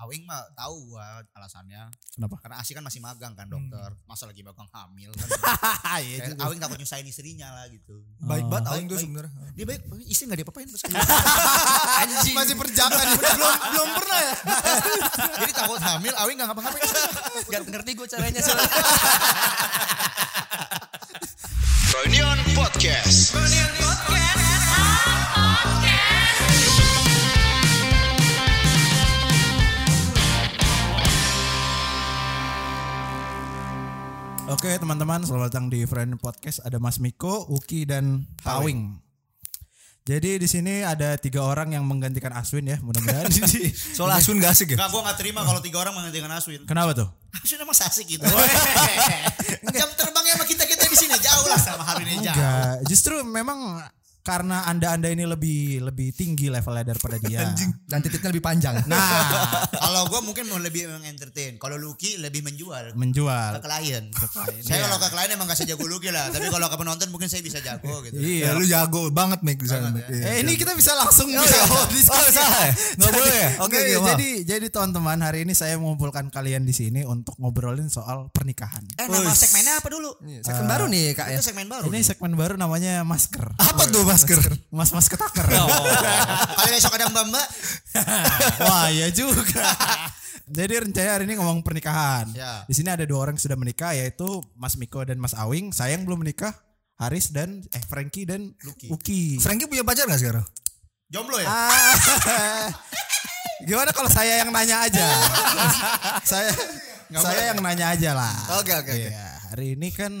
Awing mah tahu gua alasannya. Kenapa? Karena Asi kan masih magang kan dokter. Masa lagi magang hamil kan. Hahaha, Hmm. iya Kayak juga. Hmm. Awing takut nyusahin istrinya lah gitu. Baik banget Oh, Baik, Aing tuh baik. sebenarnya. Dia baik, istri gak diapa-apain terus. Anjing. Masih perjaka nih, belum belum pernah ya. Jadi takut hamil, Awing gak ngapa-ngapain. Gak ngerti gue caranya soalnya. Reunion Podcast. Oke teman-teman selamat datang di Friend Podcast ada Mas Miko, Uki dan Pawing. Jadi di sini ada tiga orang yang menggantikan Aswin ya mudah-mudahan. Soalnya Asun gak asik ya? Enggak, gua gak terima kalau tiga orang menggantikan Aswin. Kenapa tuh? Aswin emang sasik gitu. Jam terbangnya sama kita-kita di sini jauh lah sama hari ini jauh. Enggak, justru memang karena anda-anda ini lebih lebih tinggi levelnya daripada dia. Dan titiknya lebih panjang. Nah, Kalau gua mungkin mau lebih mengentertain. Kalau Lucky lebih menjual. menjual. ke iya. klien. Saya kalau ke klien emang gak sejago Lucky lah, tapi kalau ke penonton mungkin saya bisa jago gitu. Iya. lu jago banget Mik di sana. Mik. Iya. Eh ini kita bisa langsung Oh, bisa iya. oh, diskusi. Oh, salah ya? Nggak Jadi- boleh ya? Oke, nggak, oke, maaf. jadi jadi teman-teman hari ini saya mengumpulkan kalian di sini untuk ngobrolin soal pernikahan. Eh nama segmennya apa dulu? Iya, Segmen baru nih Kak ya. Itu segmen baru. Ini segmen baru namanya masker. Apa tuh masker? Oh. Mas Mas Ketaker. Kalau besok ada Mbak Mbak, Wah, ya juga. Jadi rencananya hari ini ngomong pernikahan. Ya. Di sini ada dua orang yang sudah menikah yaitu Mas Miko dan Mas Awing. Saya yang belum menikah, Haris dan eh Frankie dan Lucky. Uki. Frankie punya pacar gak sekarang? jomblo ya? Ah. Gimana kalau saya yang nanya aja? saya saya yang nanya aja lah. Oke, oke, oke. Iya, hari ini kan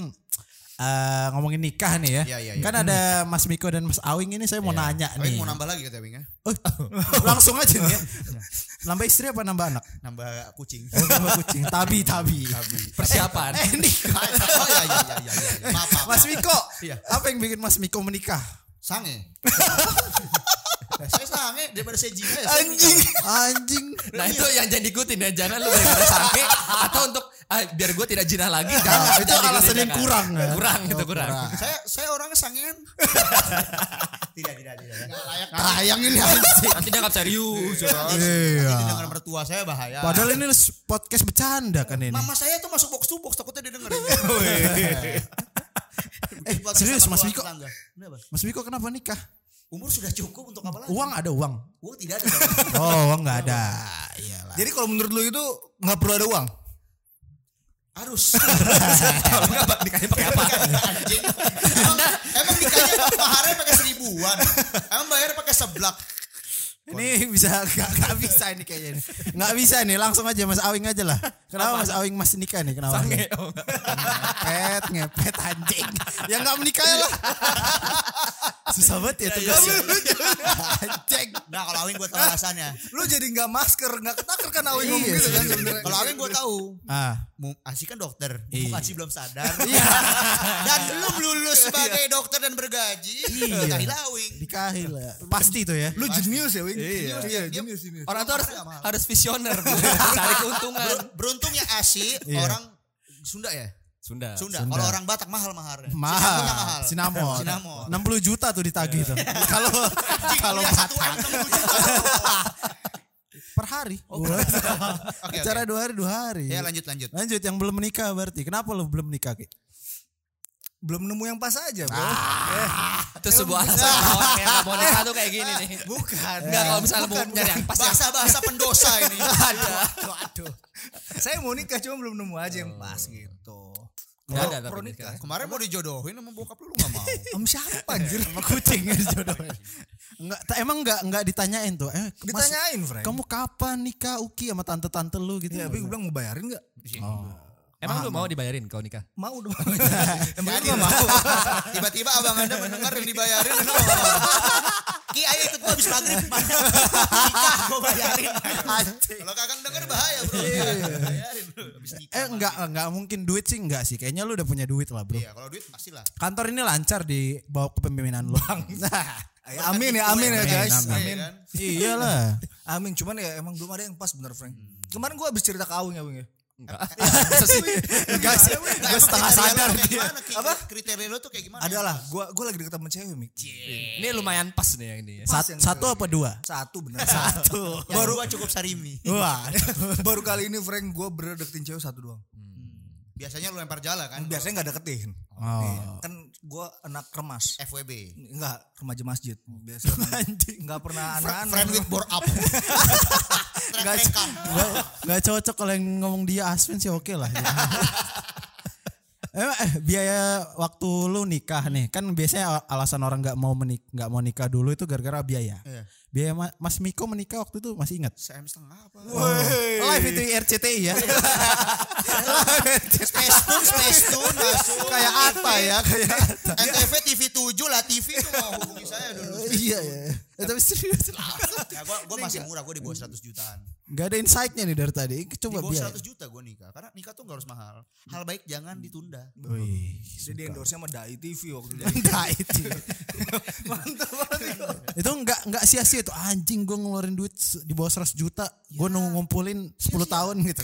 eh, ngomongin nikah nih ya. Iya, iya, iya. Kan ada Mas Miko dan Mas Awing ini saya mau nanya Tapi nih. mau nambah lagi kata Wing ya? Oh, langsung aja nih ya. Nambah istri apa nambah anak? Nambah kucing. Oh, nambah kucing. Tabi, tabi. Persiapan. Eh, nikah. Oh iya iya iya iya. iya. Maaf maaf. Mas Miko, Iya. apa yang bikin Mas Miko menikah? sange. saya sange daripada saya jinga ya. saya nikah. Anjing. Nah itu yang jangan diikutin ya Jangan lu gara-gara sange Atau untuk ah, Biar gue tidak jinah lagi Jangan Nah, itu Jangan alasan diikutin, yang jangan. kurang ya? Kurang itu kurang Saya saya orangnya sangean. tidak tidak tidak. Nggak layak. Tayang ini anjing. Nanti dianggap serius ya. Iya. Nanti dengan mertua saya bahaya. Padahal ini podcast bercanda kan ini. Mama saya tuh masuk box to box takutnya dia dengerin. Eh, Podcast iya. serius sama Mas keluarga Miko. tetangga. Kenapa? Mas Miko kenapa nikah? Umur sudah cukup untuk apa lagi? Uang ada uang. Uang tidak ada. Oh, uang nggak ada. Iya Iyalah. Jadi kalau menurut lu itu nggak perlu ada uang? Harus. Kalau enggak Pak, nikahnya pakai apa? Anjing. Emang, emang nikahnya maharnya pakai seribuan. Emang bayarnya pakai seblak. Ini bisa nggak nggak bisa ini kayaknya. ini. Nggak bisa nih, langsung aja Mas Awing aja lah. Kenapa Mas Awing masih nikah nih? Kenapa? Sange nih? Ngepet, ngepet anjing. Ya nggak menikah ya lah. Susah banget ya tugasnya. Anjing. Nah, kalau Awing gue tahu alasannya. Lu jadi nggak masker, nggak ketaker kan Awi ngomong Iya, gitu kan sih. sebenarnya. Kalau Awing gue tahu. Ah, Mu- Asi kan dokter, Iya. bukan Asi belum sadar. Dan belum lulus sebagai dokter dan bergaji. Iya. Awing. nikahin lah. Pasti tuh ya. Lu jenius ya Wing? Iya, Dia- jenius jenius. Orang tuh harus Nggak mahal. harus visioner bro. Cari keuntungan Ber- Beruntungnya Asi orang Sunda ya? Sunda Sunda. Kalau orang Batak mahal maharnya. Mahal. Sinamon mahal. Sinamon. Sinamon. 60 juta tuh Iya. ditagih tuh. Kalau kalau Kuliah satu Batak. M 60 juta. per hari. Oh, Oke, Acara dua hari dua hari. Iya, Ya lanjut lanjut. Lanjut yang belum menikah berarti. Kenapa lo belum menikah Ki? Ah. Belum nemu yang pas aja, Bro. Itu sebuah alasan Orang yang nggak mau nikah tuh kayak gini nih Bukan. Enggak kalau misalnya mau nyari yang pas ya Bahasa bahasa pendosa ini. Aduh, aduh. Saya mau nikah cuma belum nemu aja yang pas Oh. gitu. Nggak ada Pro tapi nikah. nikah Kemarin mau dijodohin sama bokap lu lu gak mau. Om siapa anjir? Sama kucing ya jodohnya. Enggak, ta- emang enggak enggak ditanyain tuh. Eh, Mas, Ditanyain, Frank. kamu kapan nikah Uki sama tante-tante lu gitu? Iya, tapi gue bilang mau bayarin gak? Emang lu mau dibayarin kalau nikah? Mau dong. Emang gue mau. Tiba-tiba abang anda mendengar dan dibayarin. kenapa nggak mau? Ki ayo ikut gua habis maghrib. Nikah gua bayarin. Kalau kakak denger bahaya bro. Bayarin bro. Habis nikah. eh enggak enggak mungkin duit sih enggak sih. Kayaknya lu udah punya duit lah, Bro. Iya kalau duit pastilah. Kantor ini lancar di bawah kepemimpinan lu. Nah, Ya, amin ya, amin ya guys. Amin, Amin. Iya kan? iyalah. Hmm. Amin, cuman ya emang belum ada yang pas bener Frank. Kemarin gue habis cerita ke Awing ya, Wing ya. Masa sih? Enggak sih. Nggak, Gue emang setengah kriteria lo sadar kayak dia. gimana, Ki? Kriteria lo tuh kayak gimana? Iya. Adalah gua gua lagi deket sama cewek Mik. Ini lumayan pas nih yang ini. ya. Pas yang Satu cewek. apa dua? Satu benar. Satu. Yang baru gua cukup sarimi. Gitu. Wah. Baru kali ini Frank gua bener deketin cewek satu doang. Biasanya lu lempar jala kan? Biasanya nggak deketin. Oh. Iya. Kan gua anak remas. FWB. Enggak, remaja masjid. Biasa enggak pernah Fra- anak-anak. Friend with bore up. Gak, Track record. gak, gak cocok kalau yang ngomong dia Asvin sih oke lah. Emang eh, biaya waktu lu nikah nih kan biasanya alasan orang nggak mau menik nggak mau nikah dulu itu gara-gara biaya. Iya. Biaya Ma- Mas Miko menikah waktu itu masih ingat? Oh, Sem setengah apa? Live itu RCTI ya. Space Tune, Space Tune, masuk. Kayak apa ya? Kayak NTV TV 7 lah TV tuh mau hubungi saya dulu. iya ya. Eh, Tapi serius Ya gua gua masih murah, gua di bawah 100 jutaan. Gak ada insight-nya nih dari tadi. Di Coba bawah biaya. 100 juta gua nikah. Karena nikah tuh gak harus mahal. Hal baik jangan ditunda. Wih, Jadi di suka. endorse sama Dai TV waktu itu. Enggak itu. itu enggak enggak sia-sia itu anjing gue ngeluarin duit se- di bawah 100 juta, gue nunggu ngumpulin 10 tahun gitu.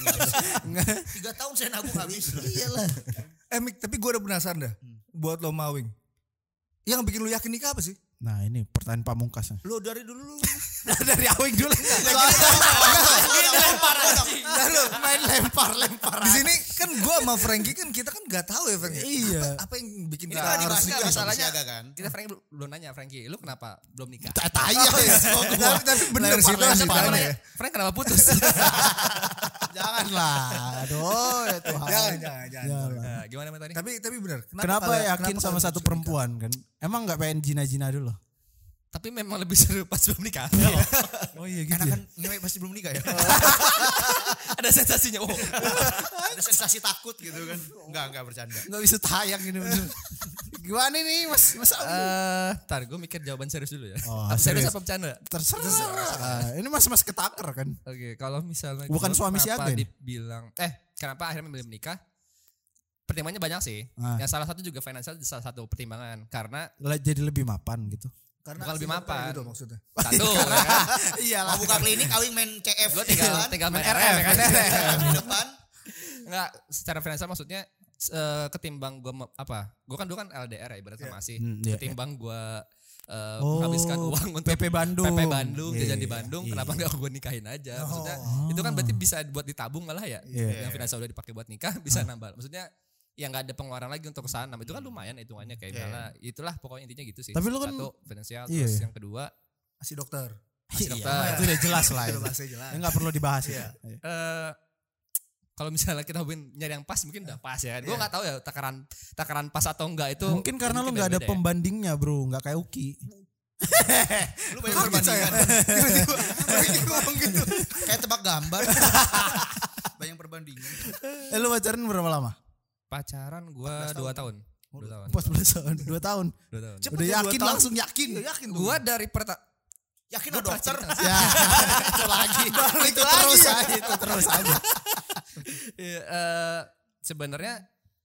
Enggak. 3 tahun saya nabung habis. Iyalah. Eh Mik, tapi gue udah penasaran dah. Hmm. Buat lo mawing. Yang bikin lu yakin nikah apa sih? Nah, ini pertanyaan pamungkasnya. Lo dari dulu lu. Dari awing dulu. lempar Nah, lo, Main lempar-lempar. di sini kan gue sama Frankie kan kita kan nggak tahu ya Frankie. Iya. Apa, apa yang bikin Ini kita kan harus dibahas nikah? masalahnya Masalahnya. kan. Kita Frankie belum- belum nanya Frankie, lu kenapa belum nikah? Tanya. Oh, iya. tapi, tapi bener sih itu harus Kenapa- ditanya ya. Frank kenapa putus? Janganlah. Aduh, ya Tuhan. Jangan, jangan, jangan. Jangan. Nah, gimana Mas tadi? Tapi tapi bener. ya, Kenapa kalian- yakin kenapa sama kalian harus satu nikah? perempuan kan? Emang nggak pengen jina-jina dulu? Tapi memang lebih seru pas belum nikah. Oh iya ya? Karena kan ngewe pasti belum nikah ya. Ada sensasinya. Oh, Ada sensasi takut gitu kan. Enggak, enggak bercanda. Nggak bisa tayang ini bener. Gimana nih mas? Mas Awi? Eh, Ntar gue mikir jawaban serius dulu ya. Oh, Apa serius serius. apa bercanda? Terserah. Ah, ini mas-mas ketaker kan? Oke, kalau misalnya Bukan gua suami si kenapa Aden. dibilang eh kenapa akhirnya memilih menikah? Pertimbangannya banyak sih. Ah. Yang salah satu juga finansial salah satu pertimbangan karena Le- jadi lebih mapan gitu. Karena Bukan lebih sih, mapan. Gitu maksudnya. satu ya kan? Iyalah. Mau buka klinik awing main CF Gua tinggal gitu kan. tinggal main iya Main RM RM, kan. di depan. Enggak, secara finansial maksudnya s- eh, ketimbang gue apa? Gue kan dulu kan LDR ya ibarat sama sih. Hmm, iya, iya. ketimbang gue eh, Oh, menghabiskan uang untuk PP Bandung. PP Bandung, Iya, jajan di iya, Bandung, iya. Oh. kenapa nggak gue nikahin aja? Maksudnya itu kan berarti bisa buat ditabung malah ya. Iya. Yang finansial udah dipakai buat nikah bisa nambah. Maksudnya yang nggak ada pengeluaran lagi untuk kesana itu kan lumayan hitungannya kayak misalnya itulah pokoknya intinya gitu sih Hmm. Iya, Tapi lu kan- satu finansial Iya, terus iya. yang kedua Si dokter. masih Iya, dokter. itu udah jelas lah. Udah itu. bahasnya jelas. Iya. Ya, nggak perlu dibahas ya. eh kalau misalnya kita hubungin nyari yang pas mungkin udah pas ya. Gue nggak tahu ya takaran takaran pas atau enggak itu. Iya. Mungkin karena lu nggak ada beda-beda ya. pembandingnya bro, nggak kayak Uki. Iya. Lu banyak perbandingan. gitu. Kayak tebak gambar. banyak perbandingan. Eh lu pacaran berapa lama? Pacaran gue dua tahun. Dua 14 tahun. tahun, 2 tahun. Dua tahun. Cepet Udah ya, dua yakin tahun. langsung yakin. Iya, yakin tuh. Gue dari perta Yakin lo dokter? Ya. itu lagi. itu terus aja, itu terus aja. Iya, eh, sebenarnya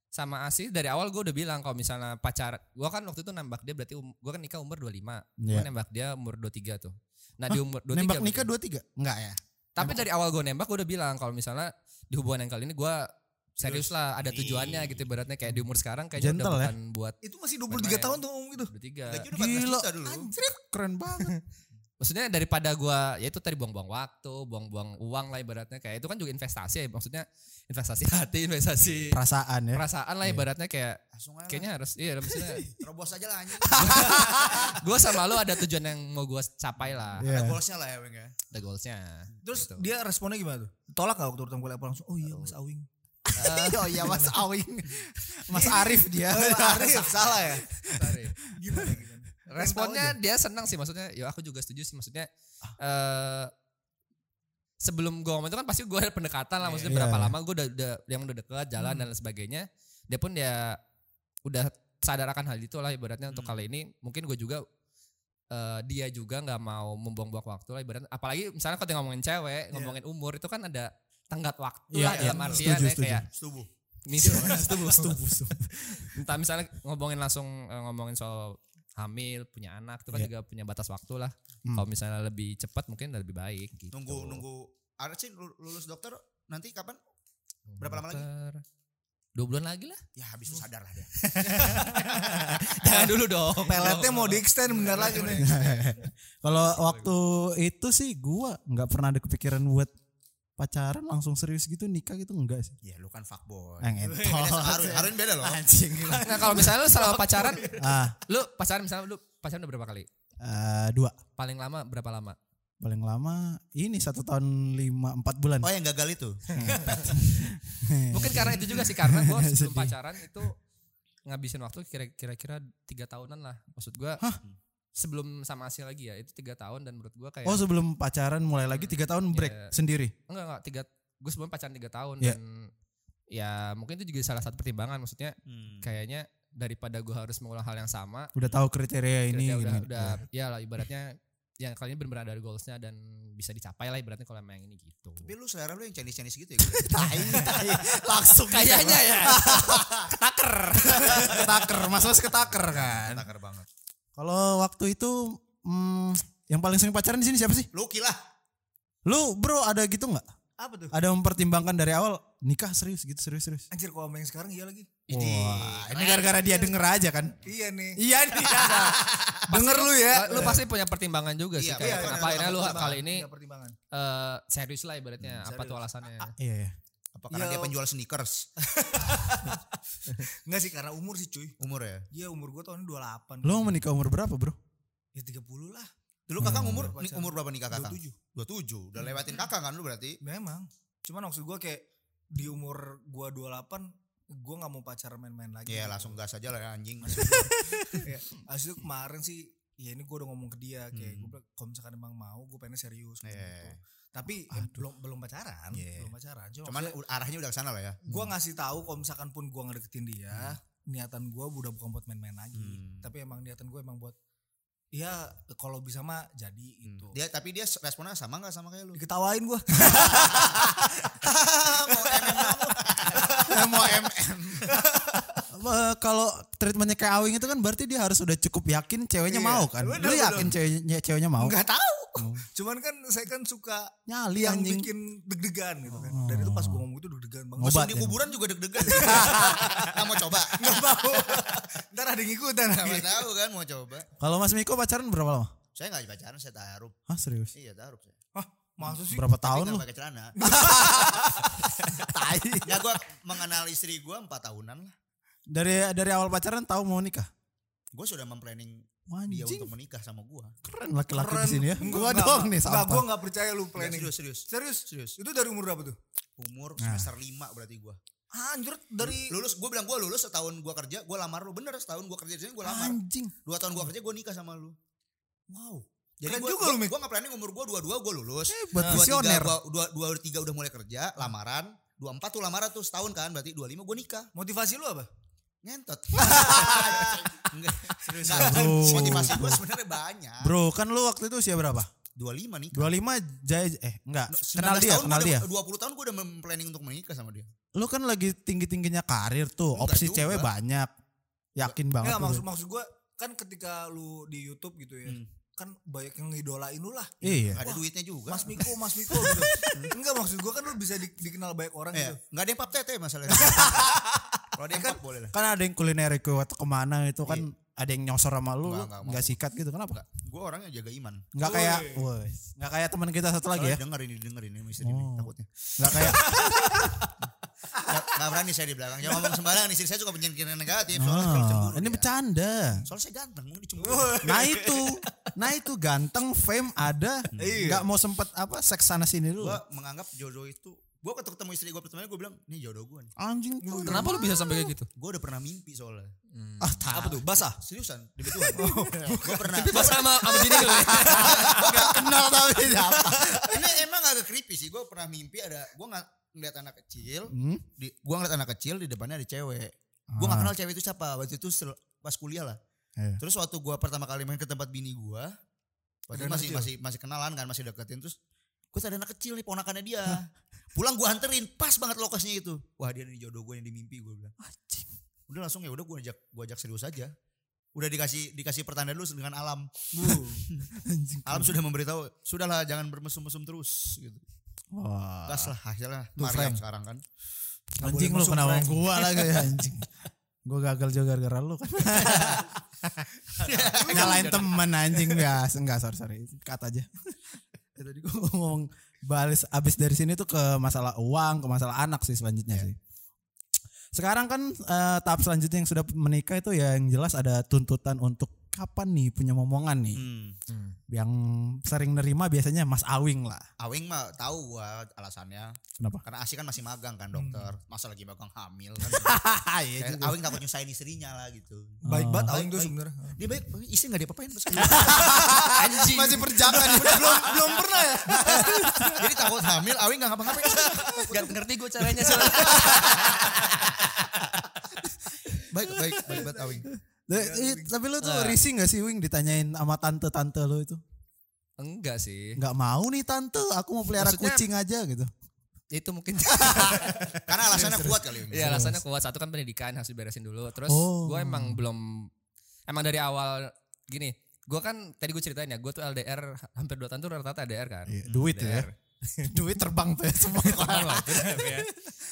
sama Asi dari awal gue udah bilang kalau misalnya pacar gue kan waktu itu nembak dia berarti um, gue kan nikah umur 25 gue Iya. nembak dia umur 23 tuh nah di umur 23 Nembak berarti- nikah 23? Enggak ya. Tapi dari awal gue nembak gue udah bilang kalau misalnya di hubungan yang kali ini gue serius lah ada tujuannya gitu ibaratnya kayak di umur sekarang kayaknya Gentle ya. udah bukan buat Itu masih 23 Main-main. tahun tuh ngomong gitu. bertiga. Gaji udah 14 Gila. juta dulu. Anjir, keren banget. Maksudnya daripada gue ya itu tadi buang-buang waktu, buang-buang uang lah ibaratnya kayak itu kan juga investasi ya maksudnya investasi hati, investasi Perasaan ya. perasaan lah ibaratnya kayak Langsung aja. kayaknya harus iya maksudnya Robos aja lah anjing. gue sama lu ada tujuan yang mau gue capai lah Iya. Ada goalsnya lah ya Weng ya. ada goalsnya Terus Gitu. dia responnya gimana tuh? Tolak gak waktu pertama kali apa langsung? Oh iya Mas Awing. oh iya Mas Awing. Mas Arif dia. Oh, Arif gitu. salah ya. Sorry. Gimana gimana? responnya dia senang sih maksudnya ya aku juga setuju sih maksudnya Ah. eh sebelum gue ngomong itu kan pasti gue ada pendekatan lah maksudnya Iya, berapa iya. Hmm. lama gue udah, udah yang udah deket jalan dan lain sebagainya dia pun ya udah sadar akan hal itu lah ibaratnya Hmm. untuk kali ini mungkin gue juga eh dia juga nggak mau membuang-buang waktu lah ibaratnya apalagi misalnya kalau kita ngomongin cewek ngomongin umur itu kan ada tenggat waktu Iya, lah iya. dalam Setuju, artian ya, setuju. kayak Setubuh. misalnya Gitu. entah misalnya ngomongin langsung eh, ngomongin soal hamil punya anak itu kan Iya. juga punya batas waktu lah kalau misalnya lebih cepat mungkin lebih baik gitu Nunggu nunggu ada sih lu- lulus dokter nanti kapan? Berapa lama lagi? Ter- Dua bulan lagi lah. Ya habis itu sadar lah dia. Jangan dulu dong. Peletnya mau di extend bentar lagi nih. Kalau waktu itu sih gua nggak pernah ada kepikiran buat pacaran langsung serius gitu nikah gitu enggak sih. Ya lu kan fuckboy. Ah, ngentot. Beda sama Arun. Arun beda loh. Anjing. Nah, kalau misalnya lu selama pacaran, ah, lu pacaran misalnya lu pacaran udah berapa kali? eh, dua Paling lama berapa lama? paling lama ini satu tahun lima empat bulan. Iya. Oh yang gagal itu. Mungkin karena itu juga sih karena gue sebelum pacaran itu ngabisin waktu kira- kira-kira tiga tahunan lah. Maksud gua sebelum sama Asia lagi ya itu tiga tahun dan menurut gua kayak Oh sebelum pacaran mulai lagi tiga tahun break Iya. sendiri. enggak enggak tiga gue sebelum pacaran tiga tahun Iya. dan ya mungkin itu juga salah satu pertimbangan maksudnya kayaknya daripada gua harus mengulang hal yang sama Udah tahu kriteria ini. iya. Kira-kira udah, gini. udah ya lah ibaratnya yang kali ini benar-benar ada goalsnya dan bisa dicapai lah ibaratnya kalau emang yang ini gitu. Tapi lu selera lu yang Chinese-Chinese gitu ya. tai, tai. Langsung Kayaknya ya. ketaker. ketaker, Mas Mas ketaker kan. Ketaker banget. Kalau waktu itu hmm, yang paling sering pacaran di sini siapa sih? Lucky lah. Lu bro ada gitu nggak? Apa tuh? Ada mempertimbangkan dari awal nikah serius gitu serius serius. Anjir kok sama yang sekarang iya lagi. Wah, ini gara-gara dia denger aja kan. Iya nih. Iya nih. denger lu ya. Lu pasti punya pertimbangan juga sih Iya, kayak iya, kenapa benar, akhirnya lu pertimbangan. kali ini Iya, pertimbangan. eh, serius lah ibaratnya apa tuh alasannya. Iya ya. Apa karena Ya. dia penjual sneakers? Enggak sih karena umur sih cuy. Umur ya. Iya umur gue tahun ini 28. Lu mau menikah umur berapa bro? Ya 30 lah. Dulu kakak Hmm. umur ni- umur berapa nih kakak? 27. 27. Udah lewatin kakak kan lu berarti? Memang. Cuman maksud gue kayak di umur gue 28 gue nggak mau pacaran main-main lagi. Ya langsung gas aja lah ya, anjing. ya, abis itu kemarin sih ya ini gue udah ngomong ke dia kayak gue bilang kalau misalkan emang mau gue pengen serius Hmm. kayak Iya. Oh, gitu. tapi ya, belum belum pacaran Iya. belum pacaran cuma Cuman u- arahnya udah ke sana lah ya. gue ngasih tahu kalau misalkan pun gue ngedeketin dia niatan gue udah bukan buat main-main lagi Hmm. tapi emang niatan gue emang buat ya kalau bisa mah jadi gitu Hmm. Dia tapi dia responnya sama nggak sama kayak lu? diketawain gue mau eh, MM. Kalau treatmentnya kayak Awing itu kan berarti dia harus udah cukup yakin ceweknya Iya. mau kan. Bener, Lu bener. yakin ceweknya ceweknya mau? nggak tahu cuman kan saya kan suka Nyali yang anjing. Oh. bikin deg-degan gitu kan dan itu pas gue ngomong itu deg-degan banget Ngobat. Langsung di kuburan juga deg-degan. Nggak mau coba. Nggak mau ntar ada yang ngikutan Sama Iya. tahu kan mau coba. Kalau Mas Miko pacaran berapa lama? Saya nggak pacaran, saya taruh. Hah serius? Iya taruh saya. Hah, maksud sih Berapa Tapi tahun nggak lu? pakai celana. Ya gue mengenal istri gue empat tahunan lah. Dari dari awal pacaran tahu mau nikah? Gue sudah memplanning dia Anjing. untuk menikah sama gue. Keren laki-laki di sini ya. Enggak, Gua enggak, doang enggak. nih Enggak, gua sampah. enggak percaya lu planning. Serius serius. Serius? Serius. Itu dari umur berapa tuh? Umur semester lima berarti gue. Anjir dari Lulus, gue bilang gue lulus setahun gue kerja, gue lamar lu bener setahun gue kerja di sini gue lamar. Anjing. Dua tahun gue kerja gue nikah sama lu. wow. Jadi Keren gua, juga lu, Mik. Gue nggak planning umur gue dua-dua gue lulus. Buat Dua tiga, visioner. gua, dua, dua tiga udah mulai kerja, lamaran. Dua empat tuh lamaran tuh setahun kan, berarti dua lima gue nikah. Motivasi lu apa? Ngentot. Enggak, serius. Bro. Motivasi gue sebenarnya banyak. Bro, kan lu waktu itu usia berapa? Dua lima nih. 25 jaya eh enggak, kenal 19 dia, tahun kenal gua dia. udah- 20 tahun gue udah memplanning untuk menikah sama dia. Lu kan lagi tinggi-tingginya karir tuh, Enggak opsi juga. cewek banyak. Yakin banget. Enggak lu. maksud maksud gua kan ketika lu di YouTube gitu ya. Kan banyak yang ngidolain lu lah. Hmm. Iya. Hmm. Ada duitnya juga. Mas Miko, Mas Miko gitu. Enggak maksud gua kan lu bisa di- dikenal banyak orang Eh, Iya. gitu. nggak ada yang pap tete masalahnya. Kalau ada yang pap boleh lah. Kan ada yang kuliner ke kemana itu kan ada yang nyosor sama Iya. lu, Enggak, enggak, enggak sikat gitu. Kenapa? Gue orangnya jaga iman. Enggak kayak woi, enggak kayak teman kita satu lagi ya. Soalnya Denger ini, denger ini istri ini Oh. takutnya. Enggak kayak Nggak, nggak berani saya di belakang. Jangan ngomong sembarangan. Istri saya suka penyakit negatif. Soalnya kalau oh, cemburu. ini dia. bercanda. Soalnya saya ganteng, mungkin dicemburu. Nah itu, nah itu ganteng, fame ada, Iya. nggak mau sempet apa seks sana sini dulu. gue menganggap jodoh itu. Gue ketemu istri gue pertama gue bilang, nih jodoh gue nih. Anjing. Kenapa lu bisa sampai kayak gitu? Gue udah pernah mimpi soalnya. Ah, Oh, iya. tak. Apa tuh? Basah. Seriusan, demi Tuhan. gue pernah. Tapi pas sama sama bini lu ya. Nggak kenal tapi apa. ini emang agak creepy sih. Gue pernah mimpi ada gue nggak ngeliat anak kecil. Hmm? Di, gue ngeliat anak kecil di depannya ada cewek. Gue nggak kenal cewek itu siapa. Waktu itu sel- pas kuliah lah. Ah. Iya. Terus waktu gue pertama kali main ke tempat bini gue, waktu itu anak masih kecil? masih masih kenalan kan, masih deketin terus. Gue ada anak kecil nih ponakannya dia. Pulang gue anterin, pas banget lokasinya itu. Wah dia nih jodoh gue yang di mimpi gue bilang. Udah langsung ya udah gue ajak gue ajak serius aja. Udah dikasih dikasih pertanda dulu dengan alam. Hmm. Alam sudah memberitahu, sudahlah jangan bermesum-mesum terus gitu. Wah. Gas lah hasilnya Tuh, Mariam Frank. sekarang kan. Nggak boleh Anjing lu masuk, kenapa Frank. gua lagi ya, anjing. Gua gagal juga gara-gara lu kan. Nyalain temen anjing ya, enggak sorry sorry. Kata aja. Ya, Tadi gua ngomong balis abis dari sini tuh ke masalah uang, ke masalah anak sih selanjutnya sih. Sekarang kan eh, tahap selanjutnya yang sudah menikah itu ya yang jelas ada tuntutan untuk kapan nih punya momongan nih. Hmm. Yang sering nerima biasanya Mas Awing lah. Awing mah tahu gua alasannya. Kenapa? Karena Asi kan masih magang kan dokter. Masa lagi magang hamil kan. Hmm. iya Hmm. Kayak Awing takut nyusahin istrinya lah gitu. Baik banget Oh. Awing tuh Baik. sebenarnya. Dia baik, istri gak diapa-apain. pas keluar. Anjing. Masih perjakan belum belum pernah ya. Jadi takut hamil, Awing gak ngapa-ngapain. Gak ngerti gue caranya soalnya. baik, baik, baik banget Awing. Eh, eh, tapi lu tuh risih gak sih Wing ditanyain sama tante-tante lu itu? Enggak sih. Gak mau nih tante, aku mau pelihara Eh. Maksudnya- kucing aja gitu. Itu mungkin. Karena alasannya kuat kali ini. Iya alasannya kuat. Satu kan pendidikan harus diberesin dulu. Terus Oh. gue emang belum. Emang dari awal gini. Gue kan tadi gue ceritain ya. Gue tuh LDR hampir 2 tahun tuh rata-rata LDR kan. Iya, duit ya. LDR. Duit terbang tuh ya semua. Terbang lah, itu namanya ya.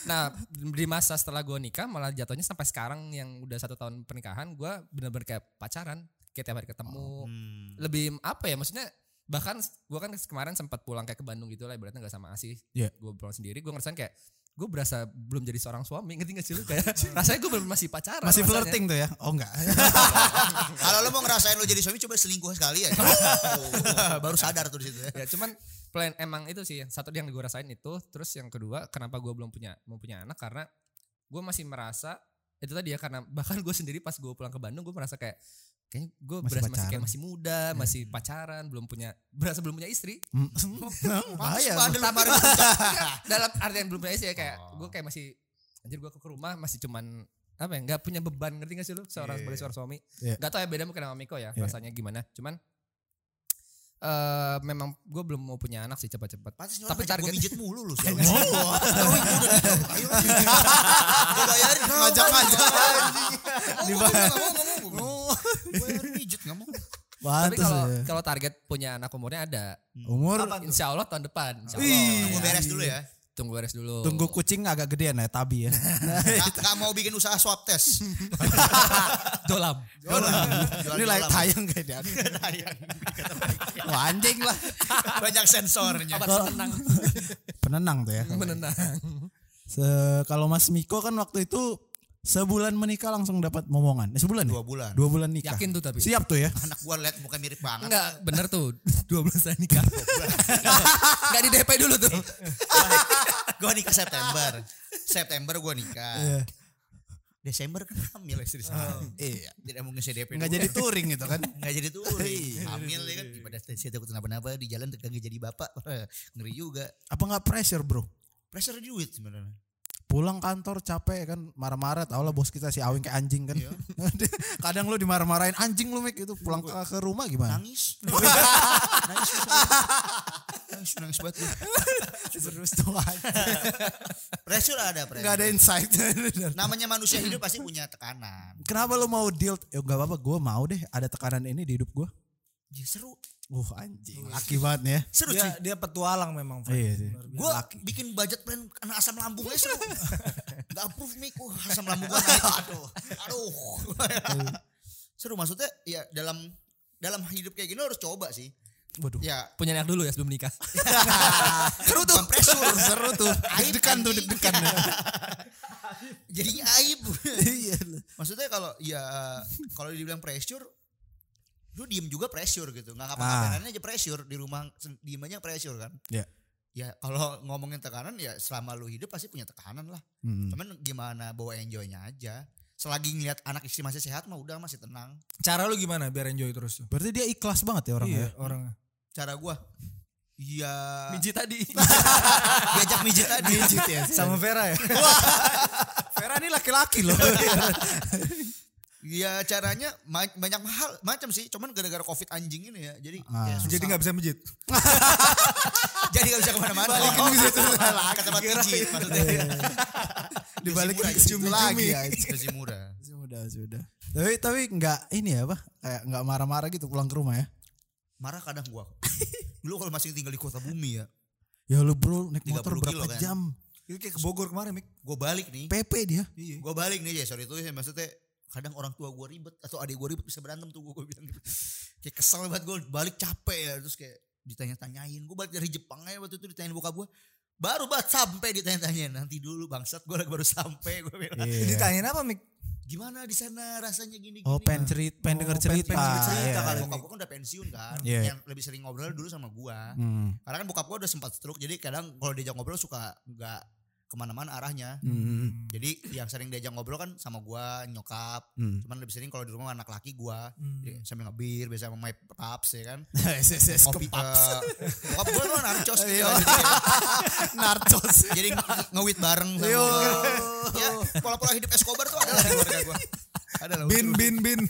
nah di masa setelah gue nikah malah jatuhnya sampai sekarang yang udah satu tahun pernikahan gue bener-bener kayak pacaran kayak tiap hari Oh, ketemu Hmm. lebih apa ya maksudnya bahkan gue kan kemarin sempat pulang kayak ke Bandung gitu lah ibaratnya nggak sama Asih Iya. gue pulang sendiri gue ngerasain kayak gue berasa belum jadi seorang suami ngerti gak sih lu kayak rasanya gue belum masih pacaran Masih rasanya. flirting tuh ya? Oh enggak. Kalau lo mau ngerasain lo jadi suami coba selingkuh sekali ya. Oh. Baru sadar tuh di situ ya. ya cuman plan emang itu sih satu yang gue rasain itu terus yang kedua kenapa gue belum punya mau punya anak karena gue masih merasa itu tadi ya karena bahkan gue sendiri pas gue pulang ke Bandung gue merasa kayak kayaknya gue Masih berasa masih pacaran. Iya. kayak masih muda masih pacaran belum punya berasa belum punya istri Hmm. Pantes Bahaya. gua andel kemarin. dalam artian belum punya istri ya kayak Oh. gue kayak masih anjir gue ke rumah masih cuman apa ya nggak punya beban ngerti gak sih lu seorang sebagai seorang suami Iya. nggak tahu ya beda mungkin sama Miko ya Iya. rasanya gimana cuman eh memang gue belum mau punya anak sih cepat-cepat Pantes nih orang tapi ngajak gua target mijit mulu lu. Oh, selalu. oh. Gua bayarin Ngajak-ngajak. Dibayar. Ngomong Oh. Bayarin mijit nggak mau. tapi Pantes kalau ya. kalau target punya anak umurnya ada Umur insya Allah tahun depan insya Allah. Wih. Tunggu beres dulu ya. tunggu beres dulu tunggu kucing agak gedean ya tabi ya. Nggak nggak mau bikin usaha swab test. dolam Ini Jualan-jualan. layak tayang kayak dia. Wah, anjing lah. Banyak sensornya. apa tenang Penenang tuh ya. Hmm. menenang Se- kalau Mas Miko kan waktu itu sebulan menikah langsung dapat momongan. Eh, sebulan Dua ya? bulan. Dua bulan nikah. yakin tuh tapi Siap tuh ya. Anak gua liat muka mirip banget. enggak bener tuh 12 tahun nikah enggak di DP dulu tuh Gua nikah September. September gua nikah. Iya. Desember kan hamil istri saya. Iya. Tidak mungkin saya DP. Nggak dulu. jadi touring gitu kan. nggak jadi touring hamil ya kan pada saya takut kenapa-napa di jalan terganggu jadi bapak ngeri juga Apa nggak pressure bro? pressure duit sebenarnya Pulang kantor capek kan marah-marah tau lah bos kita si Awing kayak anjing kan. Kadang lu dimarah-marahin anjing lu Mik itu pulang ke, ke rumah gimana? nangis nangis nangis nangis banget gue Terus tuh anjing. pressure ada pressure Nggak ada insight. namanya manusia hidup pasti punya tekanan Kenapa lu mau deal? Ya nggak apa-apa gue mau deh ada tekanan ini di hidup gue. Jadi Ya, seru Uh anjing. Akibat nih ya. seru Dia sih dia petualang memang Frank. Iya sih. Luar biasa. gue bikin budget plan kena asam lambungnya seru nggak approve mik Wah, asam lambung gue naik aduh aduh Iya. seru maksudnya ya dalam dalam hidup kayak gini lo harus coba sih Waduh. ya punya anak dulu ya sebelum nikah Ah, seru tuh pressure Seru tuh. Aib, Deg-degan tuh anjing. deg-degan. ya. jadinya aib Iya. lu. maksudnya kalau ya kalau dibilang pressure lu diem juga pressure gitu nggak ngapa-ngapain aja pressure di rumah sen- diem aja pressure kan Iya. ya kalau ngomongin tekanan ya selama lu hidup pasti punya tekanan lah Hmm. cuman gimana bawa enjoynya aja selagi ngelihat anak istri masih sehat mah udah masih tenang Cara lu gimana biar enjoy terus tuh? Berarti dia ikhlas banget ya orangnya. Iya, orangnya. cara gua iya Miji tadi diajak mijit tadi mijit ya Sama Vera ya? Vera ini laki-laki loh. Iya caranya ma- banyak mahal macam sih cuman gara-gara covid anjing ini ya jadi ya, susah. Jadi nggak bisa mijit. jadi gak bisa kemana-mana Balikin Oh, ke situ. kata tempat mijit maksudnya Iya, Dibalikin Masih ke situ murah, lagi gitu. ya. Masih murah. Sudah, sudah. Tapi tapi nggak ini ya, Pak. Kayak nggak marah-marah gitu pulang ke rumah ya. Marah kadang gua. Dulu kalau masih tinggal di kota bumi ya. Ya lu bro naik motor 30 kilo berapa kan. jam? Itu kayak ke Bogor kemarin, Mik. Gue balik nih. PP dia. Iya. Gue balik nih ya, sorry tuh ya maksudnya kadang orang tua gue ribet atau adik gue ribet bisa berantem tuh gue bilang gitu. kayak kesel banget gue balik capek ya terus kayak ditanya-tanyain gue balik dari Jepang aja waktu itu ditanyain bokap gue baru banget sampai ditanya-tanyain nanti dulu bangsat gue lagi baru sampai gue bilang Iya. Ditanyain apa, Mik? gimana di sana rasanya gini gini Oh, pengen cerit, Oh, pengen denger pengen- cerita. pengen cerita Iya. kali. bokap gue kan udah pensiun kan Iya. yang lebih sering ngobrol dulu sama gua Hmm. karena kan bokap gue udah sempat stroke jadi kadang kalau diajak ngobrol suka nggak kemana-mana arahnya Hmm. jadi yang sering diajak ngobrol kan sama gua nyokap Hmm. cuman lebih sering kalau di rumah anak laki gua Hmm. Jadi sambil ngebir biasa sama my paps ya kan SSS kopi kepak. eh, bokap gua tuh narcos gitu Iya. Narcos. Iya. jadi ngewit bareng sama Yo. ya pola-pola hidup Escobar tuh adalah di keluarga gua ada lah Bin lucu. bin bin.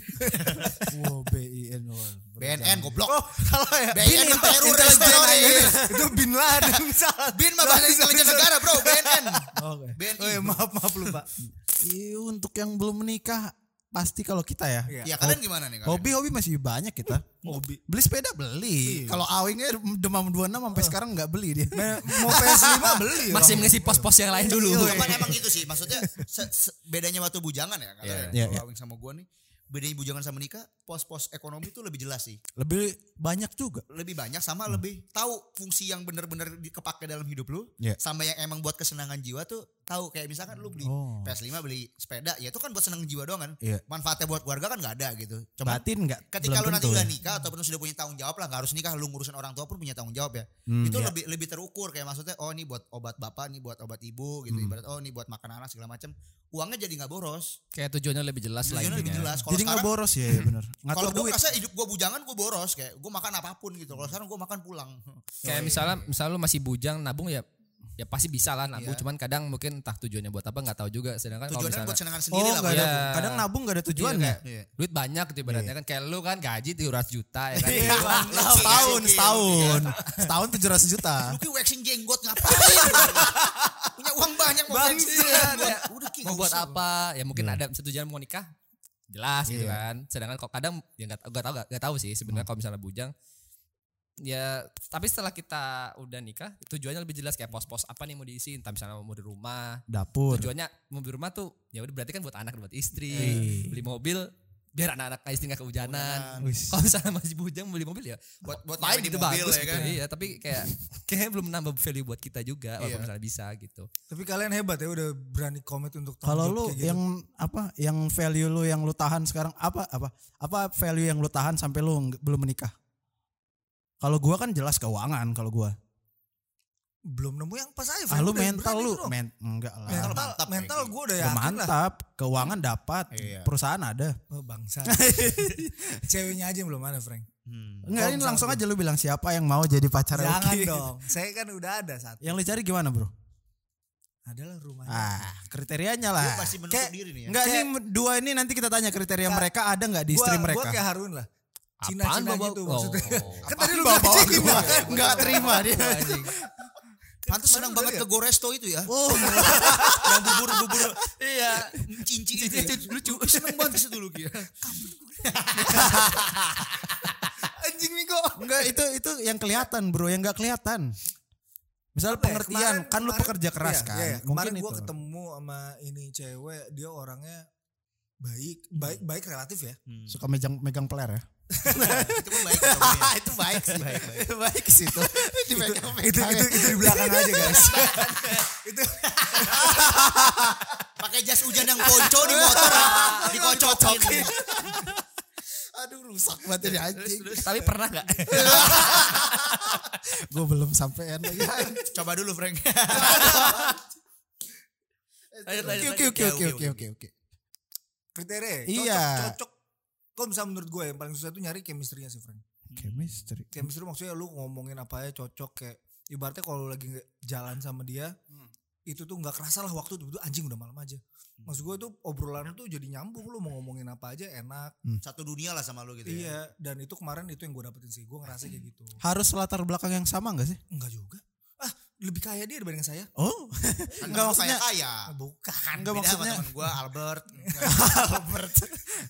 Wow, B I N BNN goblok Salah ya. BNN kan teror teroris Itu bin Laden. Iya. Salah. BIN mah bahasa intelijen negara bro BNN Oke. Oh, BNI Eh, maaf, maaf lupa. Iya, untuk yang belum menikah pasti kalau kita ya. Iya. ya kalian Uh, gimana nih kalian? Hobi hobi masih banyak kita. Hobi. Beli sepeda beli. Iya. Kalau awingnya demam 26 sampai Uh. sekarang nggak beli dia. Mau PS5 beli. ya, Iya. orang. Masih mengisi pos-pos yang lain dulu. Cuman emang gitu sih maksudnya se- se- bedanya waktu bujangan ya kalian Iya, kalau iya. Awing sama gua nih bedanya bujangan sama nikah pos-pos ekonomi tuh lebih jelas sih Lebih banyak juga. lebih banyak sama Hmm. lebih tahu fungsi yang benar-benar di- kepake dalam hidup lu Iya. sama yang emang buat kesenangan jiwa tuh tahu kayak misalkan lu beli Oh. PS5 beli sepeda ya itu kan buat senang jiwa doang kan Iya. manfaatnya buat keluarga kan nggak ada gitu cuma Batin nggak? ketika belum lu nanti tentu. ya. udah nikah ataupun lu sudah punya tanggung jawab lah nggak harus nikah lu ngurusin orang tua pun punya tanggung jawab ya Hmm, itu iya. lebih lebih terukur kayak maksudnya oh ini buat obat bapak ini buat obat ibu gitu Hmm. ibarat oh ini buat makan anak segala macam uangnya jadi nggak boros Kayak tujuannya lebih jelas lah tujuannya lebih intinya. jelas kalau Jadi nggak sekarang boros ya, ya benar. kalau Ngatur gue duit. Hmm. rasa hidup gue bujangan gue boros kayak gue makan apapun gitu kalau sekarang gue makan pulang Kayak misalnya misalnya lu masih bujang nabung ya ya pasti bisa lah nabung Iya. cuman kadang mungkin entah tujuannya buat apa nggak tahu juga sedangkan kalau tujuannya misalnya buat senangan Oh, sendiri lah nggak Bang. ada. Iya. Kadang nabung gak ada ya? Iya, tujuannya. kayak duit banyak gitu ibaratnya kan kayak lu kan gaji 300 juta ya kan Iya, Bang. Iya, setahun, iya. setahun. Setahun 700 juta. Lu ki waxing jenggot ngapain? Punya uang banyak mau Bangsat. ya. waxing jenggot. Udah ki mau nggak buat usah. apa ya Iya. mungkin ada setujuan mau nikah jelas gitu kan sedangkan kok kadang ya nggak nggak tahu nggak tahu sih Hmm. sebenarnya kalau misalnya bujang ya tapi setelah kita udah nikah tujuannya lebih jelas kayak pos-pos apa nih mau diisi entah misalnya mau di rumah Dapur. tujuannya mau beli rumah tuh ya udah berarti kan buat anak dan buat istri beli mobil biar anak-anak istri nggak kehujanan Wis. kalau misalnya masih bujang beli mobil ya Buat- buat main nyamain di gitu mobil bagus ya gitu. kan? iya tapi kayak kayaknya belum nambah value buat kita juga walaupun misalnya bisa gitu Tapi kalian hebat ya udah berani komit untuk tanggung Kalau jawab lu kayak gitu. yang apa yang value lu yang lu tahan sekarang apa apa apa value yang lu tahan sampai lu nggak- belum menikah? Kalau gua kan jelas keuangan kalau gua. belum nemu yang pas aja. Ah Feb. lu Udah mental berani lu dong. men, enggak lah. gitu mental mantap, mantap, Mik. mental gue udah Lu yakin lah. mantap, keuangan dapat, Iya. perusahaan ada. Oh, bangsa. Ceweknya aja yang belum ada, Frank. Hmm. Enggak, ini misalnya langsung aja lu bilang siapa yang mau jadi pacar Jangan Uki. dong. Saya kan udah ada satu. Yang lu cari gimana, Bro? Adalah rumahnya. Ya. Ah, kriterianya lah. Lu pasti menutup Kayak- diri nih ya. Enggak, Kayak- ini dua ini nanti kita tanya kriteria Nggak. mereka ada nggak di Gua- istri Gua mereka? kayak Harun lah. Apaan Cina-cina bawa- gitu oh. maksudnya. Kan Apaan tadi lu bawa- bilang bawa Cina. Oh, gua? Nggak terima dia. Anjing. Pantes senang Mana banget ke udah Goresto itu ya. Oh, Yang bubur-bubur iya, cincin itu. ya. lucu Seneng banget ke situ lu Ki. Anjing Miko. Enggak itu itu yang kelihatan bro, yang nggak kelihatan. Misal ya? pengertian, kan lu pekerja keras kan. iya, Kemarin Mungkin gue itu. ketemu sama ini cewek, dia orangnya baik, baik, Hmm. baik relatif ya. Suka megang megang peler ya. Itu pun baik. namanya. itu baik sih. Baik, baik. baik sih itu. Itu itu itu di belakang aja guys. itu Pakai jas hujan yang ponco di motor. Dikocokin. Aduh rusak banget ini anjing. tapi pernah nggak Gue belum sampean lagi. Coba dulu Frank. Lanjut, Oke lanjut, oke oke oke oke oke oke. kriteria. ya, Iya. Cocok. cocok. Kalau bisa menurut gue yang paling susah itu nyari chemistry-nya sih Frank. Chemistry. Chemistry maksudnya lu ngomongin apa ya cocok kayak ibaratnya kalau lu lagi nge- jalan sama dia Hmm. itu tuh nggak kerasa lah waktu itu anjing udah malam aja. Hmm. Maksud gue tuh obrolan lu tuh jadi nyambung lu mau ngomongin apa aja enak. Satu dunia lah sama lu gitu ya. Iya, dan itu kemarin itu yang gue dapetin sih. Gue ngerasa kayak gitu. Harus latar belakang yang sama gak sih? Enggak juga. Ah, lebih kaya dia dibanding saya. Oh, Enggak Enggak, maksudnya maksudnya- kaya. Bukan. Enggak enggak, maksudnya maksudnya- sama teman gua Albert. Albert.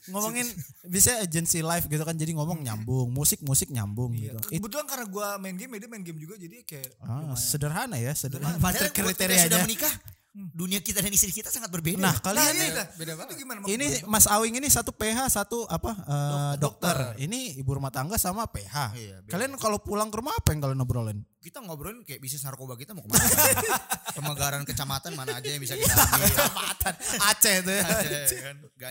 ngomongin bisa agency life gitu kan jadi Hmm. ngomong nyambung, musik-musik nyambung Iya. gitu. It- Kebetulan karena gue main game, ya dia main game juga jadi kayak ah, sederhana ya, sederhana Padahal pada buat kita yang sudah kriterianya. menikah, dunia kita dan istri kita sangat berbeda. Nah, Nah, iya, kalian nih, iya. beda Itu banget. gimana? ini Mas Awing ini satu PH, satu apa? eh, dokter. Ini ibu rumah tangga sama PH. Iya, beda. kalian kalau pulang ke rumah apa yang kalian obrolin? kita ngobrolin kayak bisnis narkoba kita mau kemana. Pemegaran kecamatan mana aja yang bisa kita ambil. kan. Kecamatan. Aceh itu ya.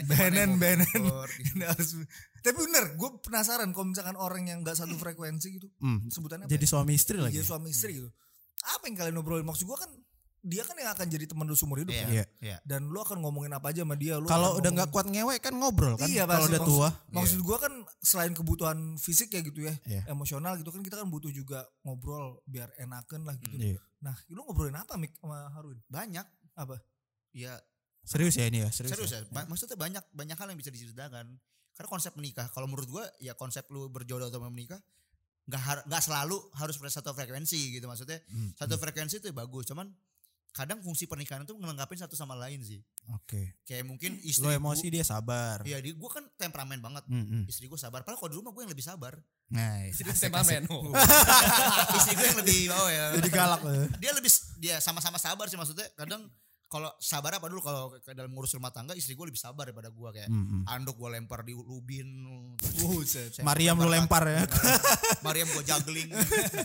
Benen, benen. gitu. harus tapi bener gue penasaran kalau misalkan orang yang nggak satu frekuensi gitu Hmm, sebutannya apa jadi ya? suami Iya, istri Jadi Iya lagi. suami istri gitu apa yang kalian obrolin maksud gue kan dia kan yang akan jadi teman lu seumur hidup kan? Iya. Iya. dan lu akan ngomongin apa aja sama dia lu Kalau akan udah nggak ngomongin- kuat ngewe kan ngobrol kan. Iya, kalau pasti. udah tua. maksud gue kan selain kebutuhan fisik ya gitu ya Iya. emosional gitu kan kita kan butuh juga ngobrol biar enakan lah gitu Iya. nah lu ngobrolin apa Mik sama Harun Banyak. Apa? Ya Serius ya ini ya, serius. serius ya. ya? Ba- Maksudnya banyak banyak hal yang bisa diceritakan. Karena konsep menikah, kalau menurut gua ya konsep lu berjodoh atau menikah nggak har- nggak selalu harus pada satu frekuensi gitu maksudnya. Hmm, Satu frekuensi itu ya bagus, cuman kadang fungsi pernikahan itu ngelengkapin satu sama lain sih. Oke. Kayak mungkin istri Lo emosi dia sabar. Iya, di gua kan temperamen banget. Hmm, hmm. Istri gua sabar. Padahal kalau di rumah gua yang lebih sabar. Nah, Itu temperamen. Oh. istri gua yang lebih oh ya. jadi galak. eh. Dia lebih dia sama-sama sabar sih maksudnya. Kadang kalau sabar apa dulu kalau ke- dalam ngurus rumah tangga istri gua lebih sabar daripada gua kayak Hmm, hmm. anduk gua lempar di lubin. Saya Mariam lu lempar ya. kan. Mariam gua juggling.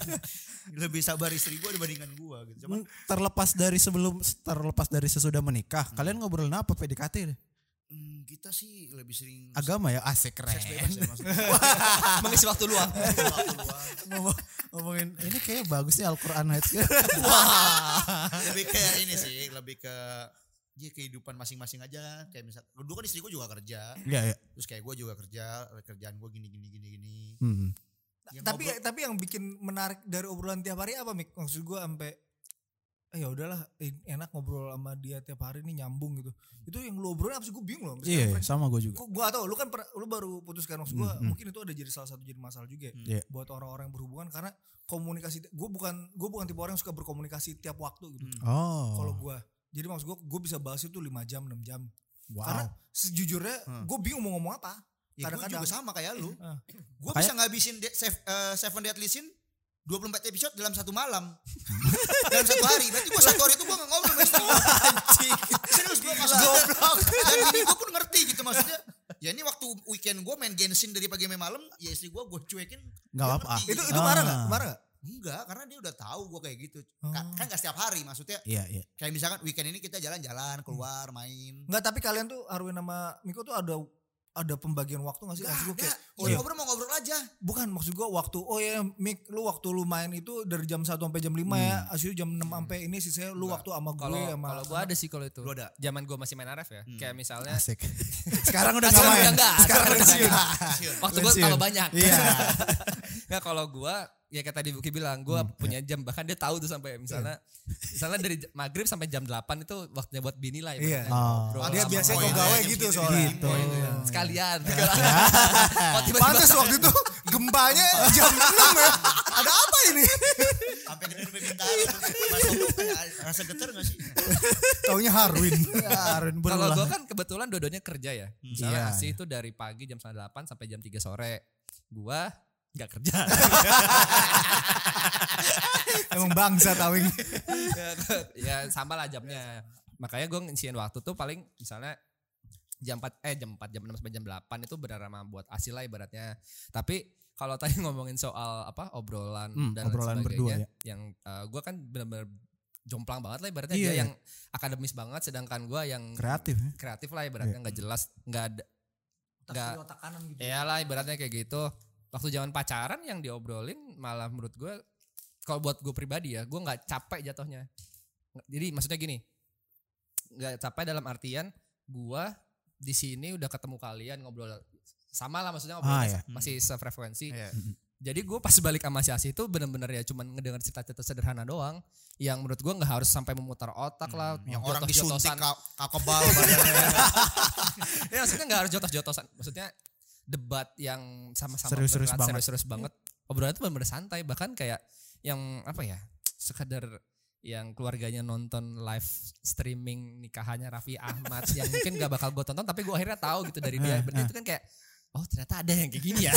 lebih sabar istri gua dibandingkan gua gitu. Cuman Hmm, terlepas dari sebelum terlepas dari sesudah menikah, kalian ngobrolin apa PDKT? hmm, kita sih lebih sering Agama ya, asik keren. seks bebas ya maksudnya. Mengisi waktu luang. Waktu luang. Ngomong- ngomongin ini kayak bagusnya Al-Qur'an Nights. lebih ke ini sih lebih ke ya kehidupan masing-masing aja kayak misal dulu kan istri gue juga kerja Iya, iya. terus kayak gue juga kerja kerjaan gue gini gini gini gini Hmm. Ya, tapi ngobrol- tapi yang bikin menarik dari obrolan tiap hari apa Mik? Maksud gua sampai eh, ya udahlah eh, enak ngobrol sama dia tiap hari ini nyambung gitu. Itu yang lu obrolin apa sih gue bingung loh. sampai Hmm. Iya, sekarang, Frank. iya, sama gue juga. Kok gua gak tau lu kan pernah- lu baru putuskan maksud gua Mm-mm. mungkin itu ada jadi salah satu jadi masalah juga ya Iya. buat orang-orang yang berhubungan karena komunikasi gue bukan gue bukan tipe orang yang suka berkomunikasi tiap waktu gitu. Hmm. Oh. Kalau gua jadi maksud gua gue bisa bahas itu 5 jam 6 jam. wow. Karena sejujurnya Hmm. gue bingung mau ngomong apa. ya, gue kadang-kadang- juga sama kayak lu Ah. gue Makanya- bisa ngabisin de- sef- eh, seven deadly sin 24 episode dalam satu malam dalam satu hari berarti gue satu hari itu gue gak ngobrol sama istri gua. serius gue goblok dan ini gue pun ngerti gitu maksudnya ya ini waktu weekend gue main Genshin dari pagi sampai malam ya istri gue gue cuekin Gak apa-apa. ngerti. Itu itu marah nggak? Ah. Marah nggak? Enggak, karena dia udah tahu gue kayak gitu. Ka- Kan gak setiap hari maksudnya. Iya, iya. Kayak misalkan weekend ini kita jalan-jalan, keluar, main. Enggak tapi kalian tuh Arwin sama Miko tuh ada ada pembagian waktu gak sih? Gak Maksud gua ada. kayak, Ya, oh iya. ngobrol mau ngobrol aja. Bukan maksud gua waktu oh ya Mik lu waktu lu main itu dari jam 1 sampai jam 5 ya. Asyik jam 6 sampai ini sih saya lu waktu sama gue Oh, Kalau sama kalau gue ada sih kalau itu. Lu ada? Zaman gue masih main RF ya. Kayak misalnya Ah, Asik. Sekarang udah gak Sekarang main. udah nggak, Sekarang sekarang pensiun. waktu gue Pensiun. tambah banyak. Iya. Nggak, kalau gue ya kayak tadi Buki bilang gue punya jam bahkan dia tahu tuh sampai misalnya misalnya dari j- maghrib sampai jam 8 itu waktunya buat bini lah Iya. ibaratnya. Oh. Ngobrol dia sama Iya, biasanya boy kok Poin, gawe jam gitu segitu. soalnya. Gitu. Poin, ya. sekalian. Kok iya. tiba-tiba- Pantes waktu itu gempanya jam 6 ya. Ada apa ini? Sampai gede sampai bintang. Mas Omo kayak rasa geter gak sih? Taunya Harwin. Harun Kalau berulang. gue kan kebetulan dua-duanya kerja ya. Misalnya Iya. Asih itu dari pagi jam 8 sampai jam 3 sore. Gua nggak kerja. Emang bangsa Tawing. ya sama lah jamnya. Makanya gue ngisiin waktu tuh paling misalnya jam 4 eh jam 4 jam 6 sampai jam 8 itu benar sama buat asil lah ibaratnya. Tapi kalau tadi ngomongin soal apa obrolan Hmm, dan lain obrolan sebagainya, berdua yang eh, gua kan benar-benar jomplang banget lah ibaratnya Iya, dia iya. yang akademis banget sedangkan gua yang Kreatif. ya. kreatif lah ibaratnya nggak jelas nggak ada nggak otak kanan gitu. Iyalah Ya ibaratnya kayak gitu. Waktu zaman pacaran yang diobrolin malah menurut gue kalau buat gue pribadi ya, gue nggak capek jatuhnya. Jadi maksudnya gini, nggak capek dalam artian gue di sini udah ketemu kalian ngobrol sama lah maksudnya Ah, ngobrol iya. masih sefrekuensi. Iya. Jadi gue pas balik sama si Asi itu bener-bener ya cuman ngedenger cerita-cerita sederhana doang. Yang menurut gue nggak harus sampai memutar otak lah. Hmm. Yang orang jotos-jotosan. disuntik ka- kakebal badannya. ya maksudnya nggak harus jotos-jotosan maksudnya debat yang sama-sama Serius-serius berat, banget. serius-serius banget obrolan itu benar-benar santai bahkan kayak yang apa ya sekadar yang keluarganya nonton live streaming nikahannya Raffi Ahmad yang mungkin gak bakal gue tonton tapi gue akhirnya tahu gitu dari Eh, dia. Dan itu kan kayak oh ternyata ada yang kayak gini ya.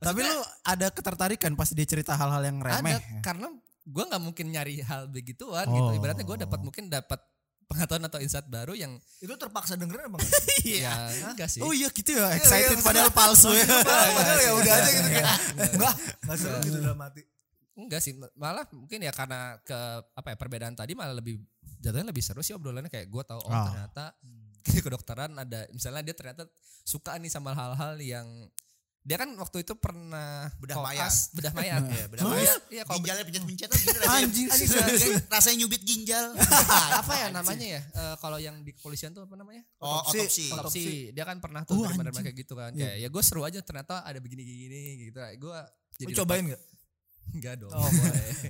Tapi lu ada ketertarikan pas dia cerita hal-hal yang remeh. ada ya? karena gue nggak mungkin nyari hal begituan Oh. gitu. Ibaratnya gue dapat mungkin dapat pengetahuan atau insight baru yang Itu terpaksa dengerin emang. ya enggak sih. Oh iya gitu ya, excited padahal palsu ya. Padahal Iya, ya udah aja kan. gitu kayak. Enggak. Enggak, enggak seru gitu Iya. dalam hati. Enggak sih, malah mungkin ya karena ke apa ya perbedaan tadi malah lebih jatuhnya lebih seru sih obrolannya kayak gue tahu oh, Ah. ternyata di kedokteran ada misalnya dia ternyata suka nih sama hal-hal yang dia kan waktu itu pernah Bedah koas, mayat. bedah mayat ya, bedah mayat. Iya, kalau Ginjalnya pencet-pencet tuh gini rasanya. Anjing sih. Rasanya- Rasanya nyubit ginjal. apa ya namanya ya? Eh, kalau yang di kepolisian tuh apa namanya? Oh, Otopsi. otopsi. Otopsi. Otopsi. Dia kan pernah tuh Wah, bener anjing. kayak gitu kan. Kayak ya gue seru aja ternyata ada begini-gini gitu. Gue Lu jadi cobain enggak? Enggak dong. Oh, boleh.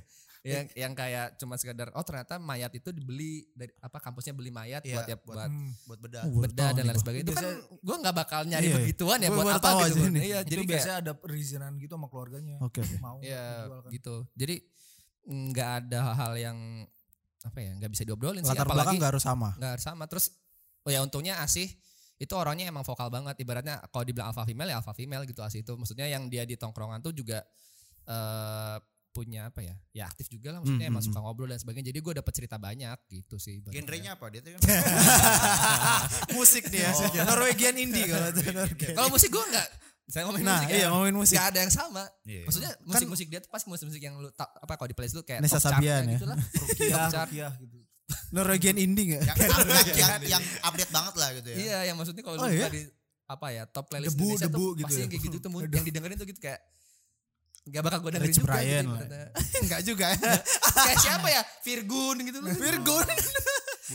yang Iya. yang kayak cuma sekedar oh ternyata mayat itu dibeli dari apa kampusnya beli mayat Iya, buat ya buat- buat Hmm. Buat bedah. Oh, baru bedah tahu dan nih lain gua. sebagainya. Itu kan Biasanya- gue nggak bakal nyari Iya, iya. begituan ya Gua buat baru apa tahu gitu. aja Bun. nih. Iya, Itu jadi kayak biasanya ada perizinan gitu sama keluarganya. Oke oke. Mau kan. Iya, ya kan. dijualkan. gitu. Jadi nggak ada hal yang apa ya nggak bisa diobrolin sih Latar belakang apalagi gak harus sama. nggak harus sama terus oh ya untungnya Asih itu orangnya emang vokal banget ibaratnya kalau dibilang alpha female ya alpha female gitu Asih itu maksudnya yang dia di tongkrongan tuh juga eh punya apa ya ya aktif juga lah maksudnya Hmm, emang hmm, suka ngobrol dan sebagainya jadi gue dapet cerita banyak gitu sih ibaratnya. Genrenya apa dia tuh Oh, kan? Musik nih ya. Norwegian indie kalau itu Norwegian. kalau musik gue nggak saya ngomongin Nah, musik iya ya ngomongin musik. Kan nggak ada yang sama Iya. maksudnya musik-musik dia tuh pasti musik-musik yang lu ta- apa kalau di playlist lu kayak Nessa top chart-nya Sabian ya. gitu lah Ya, top chart. rupiah gitu. Norwegian indie gak? Yang update, yang, yang update banget lah gitu ya. Iya, yang maksudnya kalau Oh, lu iya? buka di apa ya top playlist Debu- Indonesia debu tuh gitu pasti ya. yang kayak gitu tuh mun- yang didengerin tuh gitu kayak Gak bakal gue dengerin Rich juga Brian gitu, lah. ibaratnya. Enggak juga ya. Kayak siapa ya? Virgun gitu Iya. loh. Virgun.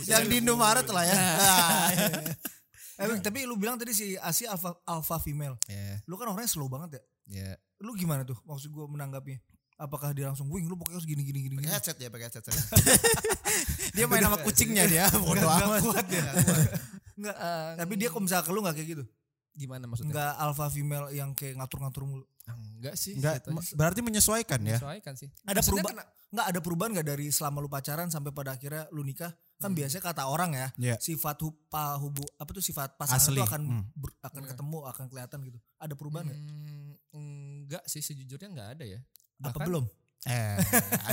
Yang di Indomaret lah ya. Nah, Eh, Wing, tapi lu bilang tadi si Asi alpha, alpha female. Ya, Lu kan orangnya slow banget ya. ya. Lu gimana tuh maksud gua menanggapinya? Apakah dia langsung wing lu pokoknya harus gini gini gini Pakai gini. headset ya, pakai headset. Dia main sama kucingnya dia. Bodoh amat. Enggak. Eh, Tapi dia kalau misalnya ke lu enggak kayak gitu. gimana maksudnya? Enggak alpha female yang kayak ngatur-ngatur mulu. Ah, Enggak, sih. Enggak, jatuhnya. berarti menyesuaikan ya. Menyesuaikan sih. Ada Maksudnya perubahan enggak ada perubahan enggak dari selama lu pacaran sampai pada akhirnya lu nikah? Kan biasanya kata orang ya, Iya. sifat hupa hubu apa tuh sifat pasangan Asli. tuh akan Hmm. ber- akan Iya. ketemu, akan kelihatan gitu. Ada perubahan nggak? Hmm, enggak sih sejujurnya enggak ada ya. Apa belum? Eh,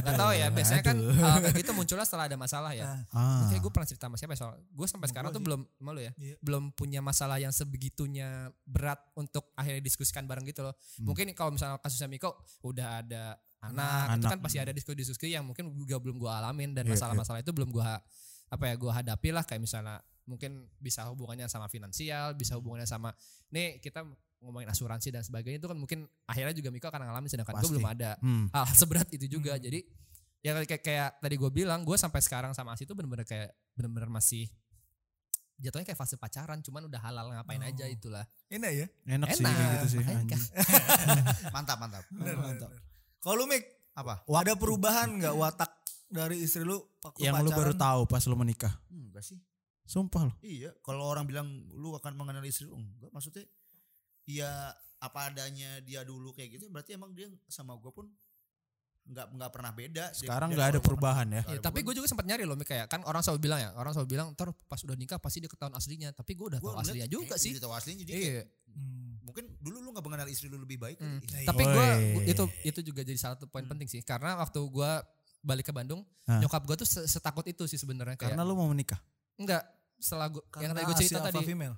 Enggak tahu ya, biasanya kan eh, kayak gitu munculnya setelah ada masalah ya. Nah, Ah. Kayak gue pernah cerita sama siapa ya soal gue sampai Sama sekarang gua tuh sih. belum malu ya Iya. belum punya masalah yang sebegitunya berat untuk akhirnya diskusikan bareng gitu loh mungkin kalau misalnya kasusnya Miko udah ada anak, itu Anak. kan pasti ada diskusi-diskusi yang mungkin juga belum gue alamin dan Iya, masalah-masalah itu belum gue apa ya gue hadapi lah kayak misalnya mungkin bisa hubungannya sama finansial bisa hubungannya sama nih kita ngomongin asuransi dan sebagainya itu kan mungkin akhirnya juga Miko akan ngalamin sedangkan gue Pasti. belum ada Hmm. hal seberat itu juga. Jadi ya kayak kayak tadi gue bilang gue sampai sekarang sama Asi itu bener-bener kayak bener-bener masih jatuhnya kayak fase pacaran cuman udah halal ngapain Oh. aja itulah. enak ya? Enak, sih Enak, kayak gitu sih. makanya anjing. Iya. Mantap, mantap. Bener, bener, bener. Kalau lu Mik, Apa? ada perubahan nggak watak dari istri lu waktu Yang lu baru pacaran? tahu pas lu menikah. Hmm, enggak sih. Sumpah lu. Iya, kalau orang bilang lu akan mengenal istri lu, enggak maksudnya ya apa adanya dia dulu kayak gitu berarti emang dia sama gue pun nggak nggak pernah beda Dia- Sekarang dia nggak ada selalu pernah- perubahan ya. Nggak Ya, ada tapi perubahan. gue juga sempat nyari loh Mi, kayak kan orang selalu bilang ya orang selalu bilang ntar pas udah nikah pasti dia ketahuan aslinya tapi gue udah Gua tahu ngeliat, aslinya juga eh, sih. udah tahu aslinya jadi kayak, Iya. Hmm. mungkin dulu lu nggak mengenal istri lu lebih baik Hmm. kali. Iya, Tapi gue Woi. itu itu juga jadi salah satu poin penting sih karena waktu gue balik ke Bandung Hah. nyokap gue tuh se- setakut itu sih sebenarnya kayak Karena lu mau menikah. enggak setelah gua, Karena yang tadi gue cerita hasil tadi alpha female.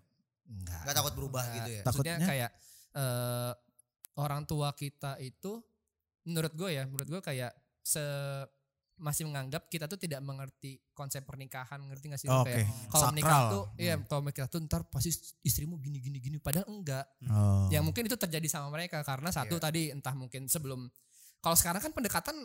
enggak Nggak takut berubah Nah, gitu ya Maksudnya Takutnya? kayak eh orang tua kita itu menurut gue ya, menurut gue kayak se masih menganggap kita tuh tidak mengerti konsep pernikahan, ngerti gak sih? Lu Oke. Iya, Kayak kalau nikah Sakral. Hmm. tuh, iya kalau nikah tuh ntar pasti istrimu gini gini gini, padahal enggak. Oh. Yang mungkin itu terjadi sama mereka karena satu Iya. tadi entah mungkin sebelum kalau sekarang kan pendekatan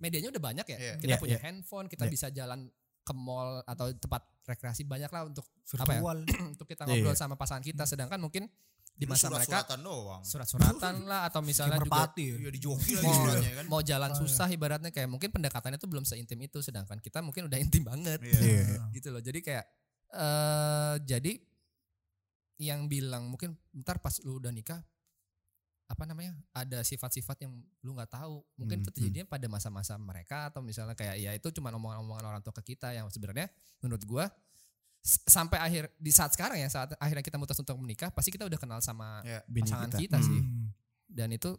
medianya udah banyak ya. Iya. Kita Iya, punya iya. handphone, kita Iya. bisa jalan ke mall atau tempat rekreasi banyak lah untuk apa ya? Virtual. untuk kita Iya, ngobrol iya. sama pasangan kita sedangkan mungkin di Dulu masa mereka Oh. surat-suratan doang surat-suratan lah atau misalnya Kayak juga merpati ya. Iya di joki lagi mau, suratnya kan mau jalan susah ibaratnya kayak mungkin pendekatannya tuh belum seintim itu sedangkan kita mungkin udah intim banget Iya. Iya. gitu loh jadi kayak eh jadi yang bilang mungkin ntar pas lu udah nikah apa namanya ada sifat-sifat yang lu nggak tahu mungkin itu Hmm, terjadinya pada masa-masa mereka atau misalnya kayak ya itu cuma omongan-omongan orang tua ke kita yang sebenarnya menurut gua s- sampai akhir di saat sekarang ya saat akhirnya kita mutus untuk menikah pasti kita udah kenal sama Ya, bini pasangan kita. kita, sih Hmm. dan itu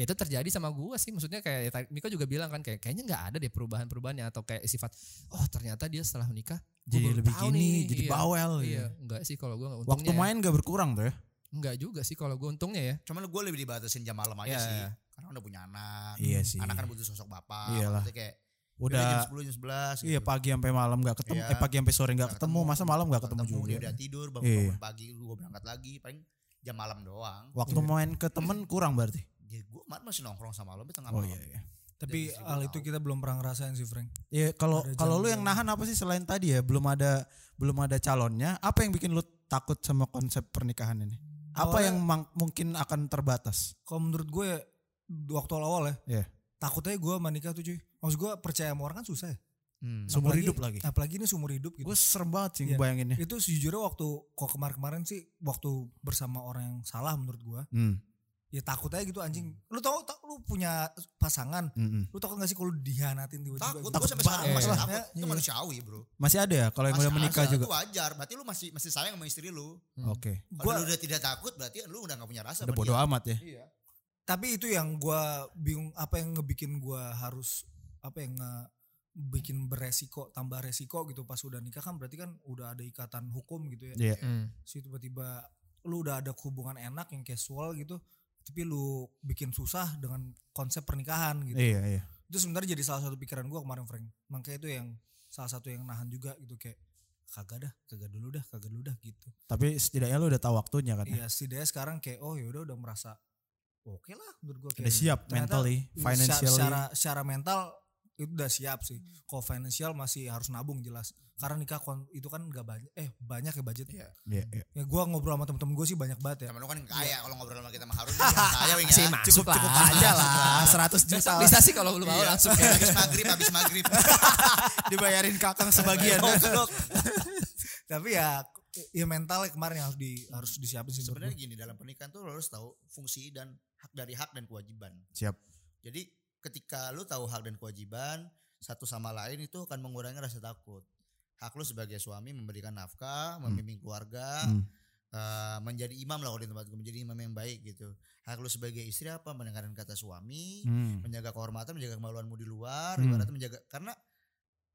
ya itu terjadi sama gua sih maksudnya kayak ya tadi Miko juga bilang kan kayak kayaknya nggak ada deh perubahan-perubahannya atau kayak sifat oh ternyata dia setelah menikah gua jadi baru lebih tahu gini, nih." jadi Iya. bawel iya ya. enggak sih kalau gua nggak Waktu untungnya ya. main gak berkurang tuh ya. enggak juga sih kalau gua untungnya ya Cuman gue lebih dibatasin jam malam aja Iya. sih. Karena udah punya anak. Iya sih. Anak kan butuh sosok bapak. Iyalah. Maksudnya kayak udah jam 10 Udah jam 11 iya gitu. pagi sampai malam gak ketemu, Iya. eh pagi sampai sore gak Nggak ketemu, masa malam gak ketemu Dia juga. udah tidur Iya. bangun-bangun pagi gue berangkat lagi paling jam malam doang. Waktu main ke temen kurang berarti. Ya gue kemarin masih nongkrong sama lo di tengah Oh malam. iya iya. Jadi Tapi sih gua hal itu tahu. kita belum pernah ngerasain sih Frank. Ya kalau Ada jam kalau lu yang yang- nahan apa sih selain tadi ya belum ada belum ada calonnya apa yang bikin lu takut sama konsep pernikahan ini? Awalnya- Apa yang mang- mungkin akan terbatas? Kalau menurut gue ya, waktu awal-awal ya. Iya. Takutnya gue menikah tuh cuy. Maksud gue percaya sama orang kan susah ya. Hmm. Seumur Apalagi- hidup lagi. Apalagi ini seumur hidup gitu. Gue serem banget sih Iya. bayanginnya. Itu sejujurnya waktu kok kemarin-kemarin sih waktu bersama orang yang salah menurut gue. Hmm, Ya takut aja gitu anjing. Lu tau, tau lu punya pasangan. hmm, hmm. Lu takut gak sih kalau dihianatin tiba-tiba? Takut, gitu? gue sampai sekarang banget. masih Iya. takut. Itu Iya. manusiawi bro. Masih ada ya kalau yang Masih udah menikah ada, juga. Itu wajar. Berarti lu masih masih sayang sama istri lu. Oke. Kalau Gua- lu udah tidak takut berarti lu udah gak punya rasa. Udah sama bodo dia. amat ya. Iya. tapi itu yang gua bingung apa yang ngebikin gua harus apa yang ngebikin beresiko tambah resiko gitu pas udah nikah kan berarti kan udah ada ikatan hukum gitu ya Iya. Hmm. si tiba-tiba lu udah ada hubungan enak yang casual gitu tapi lu bikin susah dengan konsep pernikahan gitu Iya iya. itu sebenarnya jadi salah satu pikiran gua kemarin Frank makanya itu yang salah satu yang nahan juga gitu kayak kagak dah kagak dulu dah kagak dulu dah gitu Tapi setidaknya lu udah tahu waktunya kan. Iya setidaknya sekarang kayak oh yaudah udah merasa oke lah menurut gue kayak Udah siap Ternyata mentally, secara- financially. secara secara mental itu udah siap sih. Kalau financial masih harus nabung jelas. Karena nikah kon- itu kan gak banyak eh banyak ya budget. Iya. Iya, iya. Ya gua ngobrol sama temen-temen gue sih banyak banget ya. Sama lu kan kaya kalau ngobrol sama kita sama Harun. Kaya wing ya. masuk lah. Iya, Aja lah 100 juta lah. Iya. Bisa sih kalau lu mau langsung Kayak Habis maghrib, habis maghrib. dibayarin kakang sebagian. Tapi ya ya mental kemarin yang harus di harus disiapin sih Sebenarnya gini sebenarnya. dalam pernikahan tuh lo harus tahu fungsi dan hak dari hak dan kewajiban. Siap. Jadi ketika lu tahu hak dan kewajiban satu sama lain itu akan mengurangi rasa takut. Hak lu sebagai suami memberikan nafkah, membimbing keluarga, Hmm. eh, menjadi imam lah kalau di tempat gue menjadi imam yang baik gitu. Hak lu sebagai istri apa mendengarkan kata suami, Hmm. menjaga kehormatan, menjaga kemaluanmu di luar, Hmm. ibaratnya menjaga karena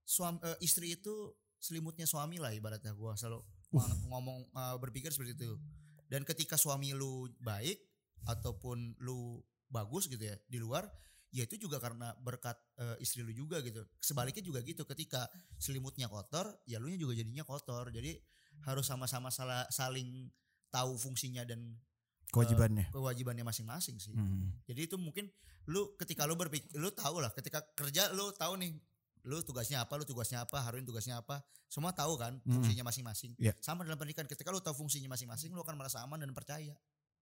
suami eh, istri itu selimutnya suami lah ibaratnya gua selalu ng- ngomong eh, berpikir seperti itu. Dan ketika suami lu baik ataupun lu bagus gitu ya di luar, ya itu juga karena berkat eh, istri lu juga gitu. Sebaliknya juga gitu ketika selimutnya kotor, ya lu juga jadinya kotor. Jadi harus sama-sama sala- saling tahu fungsinya dan Kewajibannya. kewajibannya masing-masing sih. Hmm. Jadi itu mungkin lu ketika lu berpikir lu tahu lah ketika kerja lu tahu nih lu tugasnya apa, lu tugasnya apa, Harun tugasnya apa, semua tahu kan Mm. fungsinya masing-masing. Iya. Sama dalam pernikahan ketika lu tahu fungsinya masing-masing lu akan merasa aman dan percaya.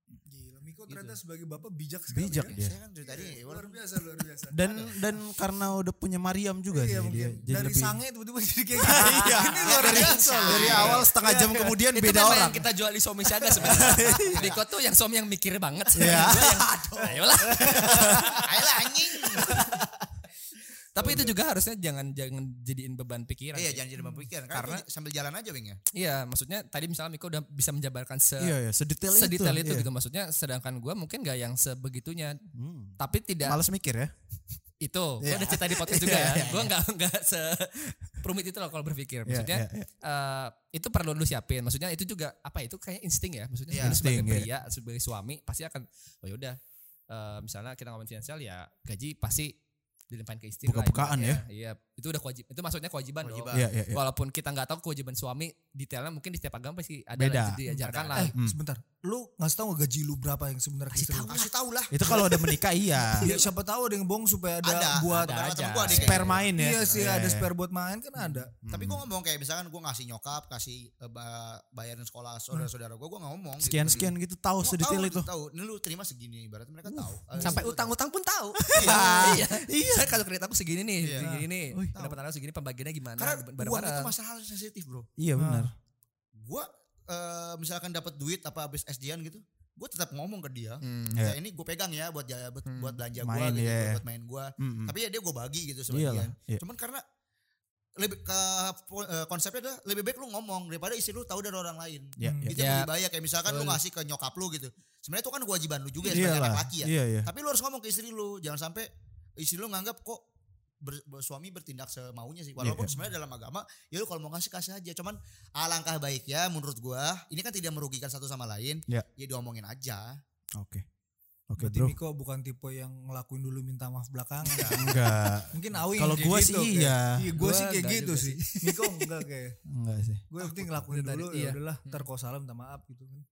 Gila Miko Gitu. ternyata sebagai bapak bijak sekali. Bijak ya. dia. Saya kan dari tadi Iya, walaupun- luar biasa luar biasa. Dan dan karena udah punya Mariam juga iya, sih dia. mungkin. dari sange tiba-tiba jadi kayak gitu. Iya. Ini luar dari, biasa loh. dari awal setengah jam kemudian Itu kan beda memang orang. yang kita jual di suami siaga sebenarnya. Riko tuh yang suami yang mikir banget sih. Iya. Gua yang, Ayolah. Ayolah anjing. Tapi itu juga harusnya jangan jangan jadiin beban pikiran. Iya, sih. jangan jadi berpikir Karena- karena itu sambil jalan aja Bing ya. Iya, maksudnya tadi misalnya Miko udah bisa menjabarkan se Iya iya, sedetail, sedetail itu, iya. gitu maksudnya sedangkan gua mungkin gak yang sebegitunya Hmm. tapi tidak Males mikir ya. itu Gua Iya. udah cerita di podcast juga Iya, iya, ya gue nggak nggak se perumit itu loh kalau berpikir Iya, maksudnya iya, iya. eh, itu perlu lu siapin maksudnya itu juga apa ya, itu kayak insting ya maksudnya Iya, lu sebagai insting, pria sebagai suami pasti akan oh yaudah eh, misalnya kita ngomongin finansial ya gaji pasti dilimpahin ke istri lah, Buka-bukaan ibaratnya. iya itu udah kewajiban itu maksudnya kewajiban, dong. Kewajiban. Iya iya iya. walaupun kita nggak tahu kewajiban suami detailnya mungkin di setiap agama pasti ada Beda. lah, itu diajarkan lah Eh, sebentar. Lu ngasih tahu gak gaji lu berapa yang sebenarnya ke istri lu? Gitu. Kasih tahu lah. Itu kalau udah menikah iya. Ya, siapa tahu ada yang bohong supaya ada, Ada, buat ada Barang aja temen gua ada yang Spare main ya. Iya sih ada iya. spare buat main kan ada. Hmm. Tapi gue ngomong kayak misalkan gue ngasih nyokap, kasih eh, ba- bayarin sekolah saudara-saudara gue, gue ngomong. gitu. Sekian sekian gitu tahu Gua sedetail tahu, itu. Tahu, ini lu terima segini, ibaratnya mereka tahu. Eh, sampai gua tahu. utang-utang pun tahu. iya. Iya. Saya kalau kredit aku segini nih, segini nih. Pendapatan aku segini pembagiannya gimana? Karena buat itu bareng-bareng. masalah Nah, sensitif bro. Iya benar. Gua eh, misalkan dapat duit apa habis SDN gitu, gue tetap ngomong ke dia Hmm. "Ya, Iya. ini gue pegang ya buat jaya- buat, Hmm. buat belanja gue Main, gitu, iya. buat- buat main gue Mm-mm. tapi ya dia gue bagi gitu Iyalah, sebagian hmm. iya. cuman karena lebih ke po- eh, konsepnya adalah lebih baik lu ngomong daripada istri lu tahu dari orang lain Iya, Hmm. iya. itu Ya. yang lebih bahaya kayak misalkan lu ngasih ke nyokap lu gitu sebenarnya itu kan kewajiban lu juga ya, sebagai Iyalah, anak laki ya Iya, iya. tapi lu harus ngomong ke istri lu jangan sampai istri lu nganggap kok ber- ber- suami bertindak semaunya sih walaupun Iya. sebenarnya dalam agama ya lu kalau mau kasih kasih aja cuman alangkah baiknya menurut gua ini kan tidak merugikan satu sama lain Iya. ya diomongin aja Oke. Oke, Berarti Bro. Miko bukan tipe yang ngelakuin dulu minta maaf belakangan. Enggak. Mungkin Awi Kalau kayak gua sih kayak. iya. Iya, gua Gua sih kayak enggak gitu juga sih. Miko enggak kayak. Enggak sih. Gue yang penting ngelakuin dari Ah, dulu tadi, ya iya. udahlah, Hmm. ntar kalau salah minta maaf gitu kan.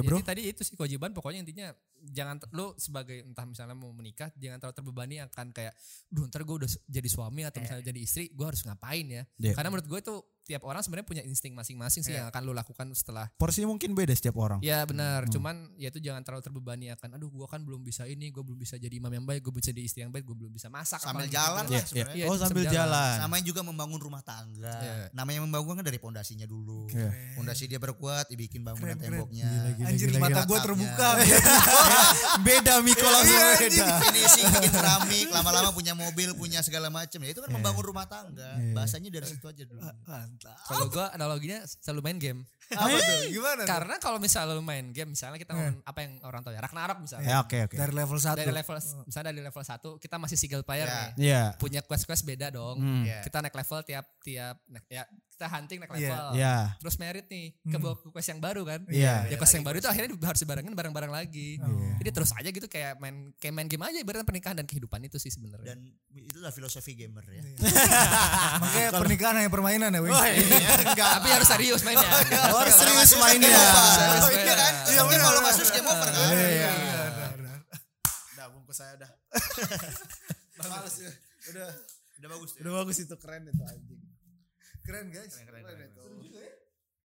Iya, Jadi Ya, Bro. tadi itu sih kewajiban pokoknya intinya jangan ter- lu sebagai entah misalnya mau menikah jangan terlalu terbebani akan kayak duh ntar gue udah s- jadi suami atau misalnya jadi istri gue harus ngapain ya. Iya. Karena menurut gue itu tiap orang sebenarnya punya insting masing-masing sih yang akan lu lakukan setelah. Porsi mungkin beda setiap orang. Ya benar, Hmm. cuman ya itu jangan terlalu terbebani akan aduh gue kan belum bisa ini, gue belum bisa jadi imam yang baik, gue belum bisa jadi istri yang baik, gue belum bisa masak sambil apalagi jalan gitu. lah Iya. sebenarnya Iya, Oh, sambil sambil jalan. Namanya juga membangun rumah tangga. Iya. Namanya membangun kan dari pondasinya dulu. Iya. Pondasi dia berkuat, dibikin bangunan Keren, keren. temboknya. Gila, Anjir gila, mata gila. gue Atapnya. terbuka. beda Miko Iya, langsung beda. Finishing bikin keramik, lama-lama punya mobil, punya segala macam. Ya itu kan membangun rumah tangga. Iya. Ah. Bahasanya dari situ aja dulu. Mantap. Kalau gue analoginya selalu main game. Apa tuh? Gimana? tuh? Karena kalau misalnya lu main game, misalnya Iya. kita ngomongin apa yang orang tahu ya Ragnarok misalnya. Ya, oke, oke. Dari level 1. Dari level misalnya dari level 1 kita masih single player Ya. nih. Iya. punya quest-quest beda dong. Hmm. Iya. Kita naik level tiap tiap naik- ya kita hunting naik Iya. level. Iya. Terus merit nih ke Hmm. bawah ke quest yang baru kan. Iya. Ya quest yang baru itu akhirnya harus dibarengin bareng-bareng lagi. Iya. Jadi terus aja gitu kayak main kayak main game aja ibaratnya pernikahan dan kehidupan itu sih sebenarnya. Dan itulah filosofi gamer ya. Makanya pernikahan hanya permainan ya, Win. Oh, iya. Tapi harus serius mainnya. Oh, harus serius mainnya. Serius Iya. mainnya kan? Iya, Mungkin benar. kalau nggak serius game over kan? Iya, benar, benar. Udah bungkus saya udah. Udah bagus. tuh. ya. Udah bagus ya? itu keren itu anjing. Keren guys. Keren, keren, keren. Keren itu.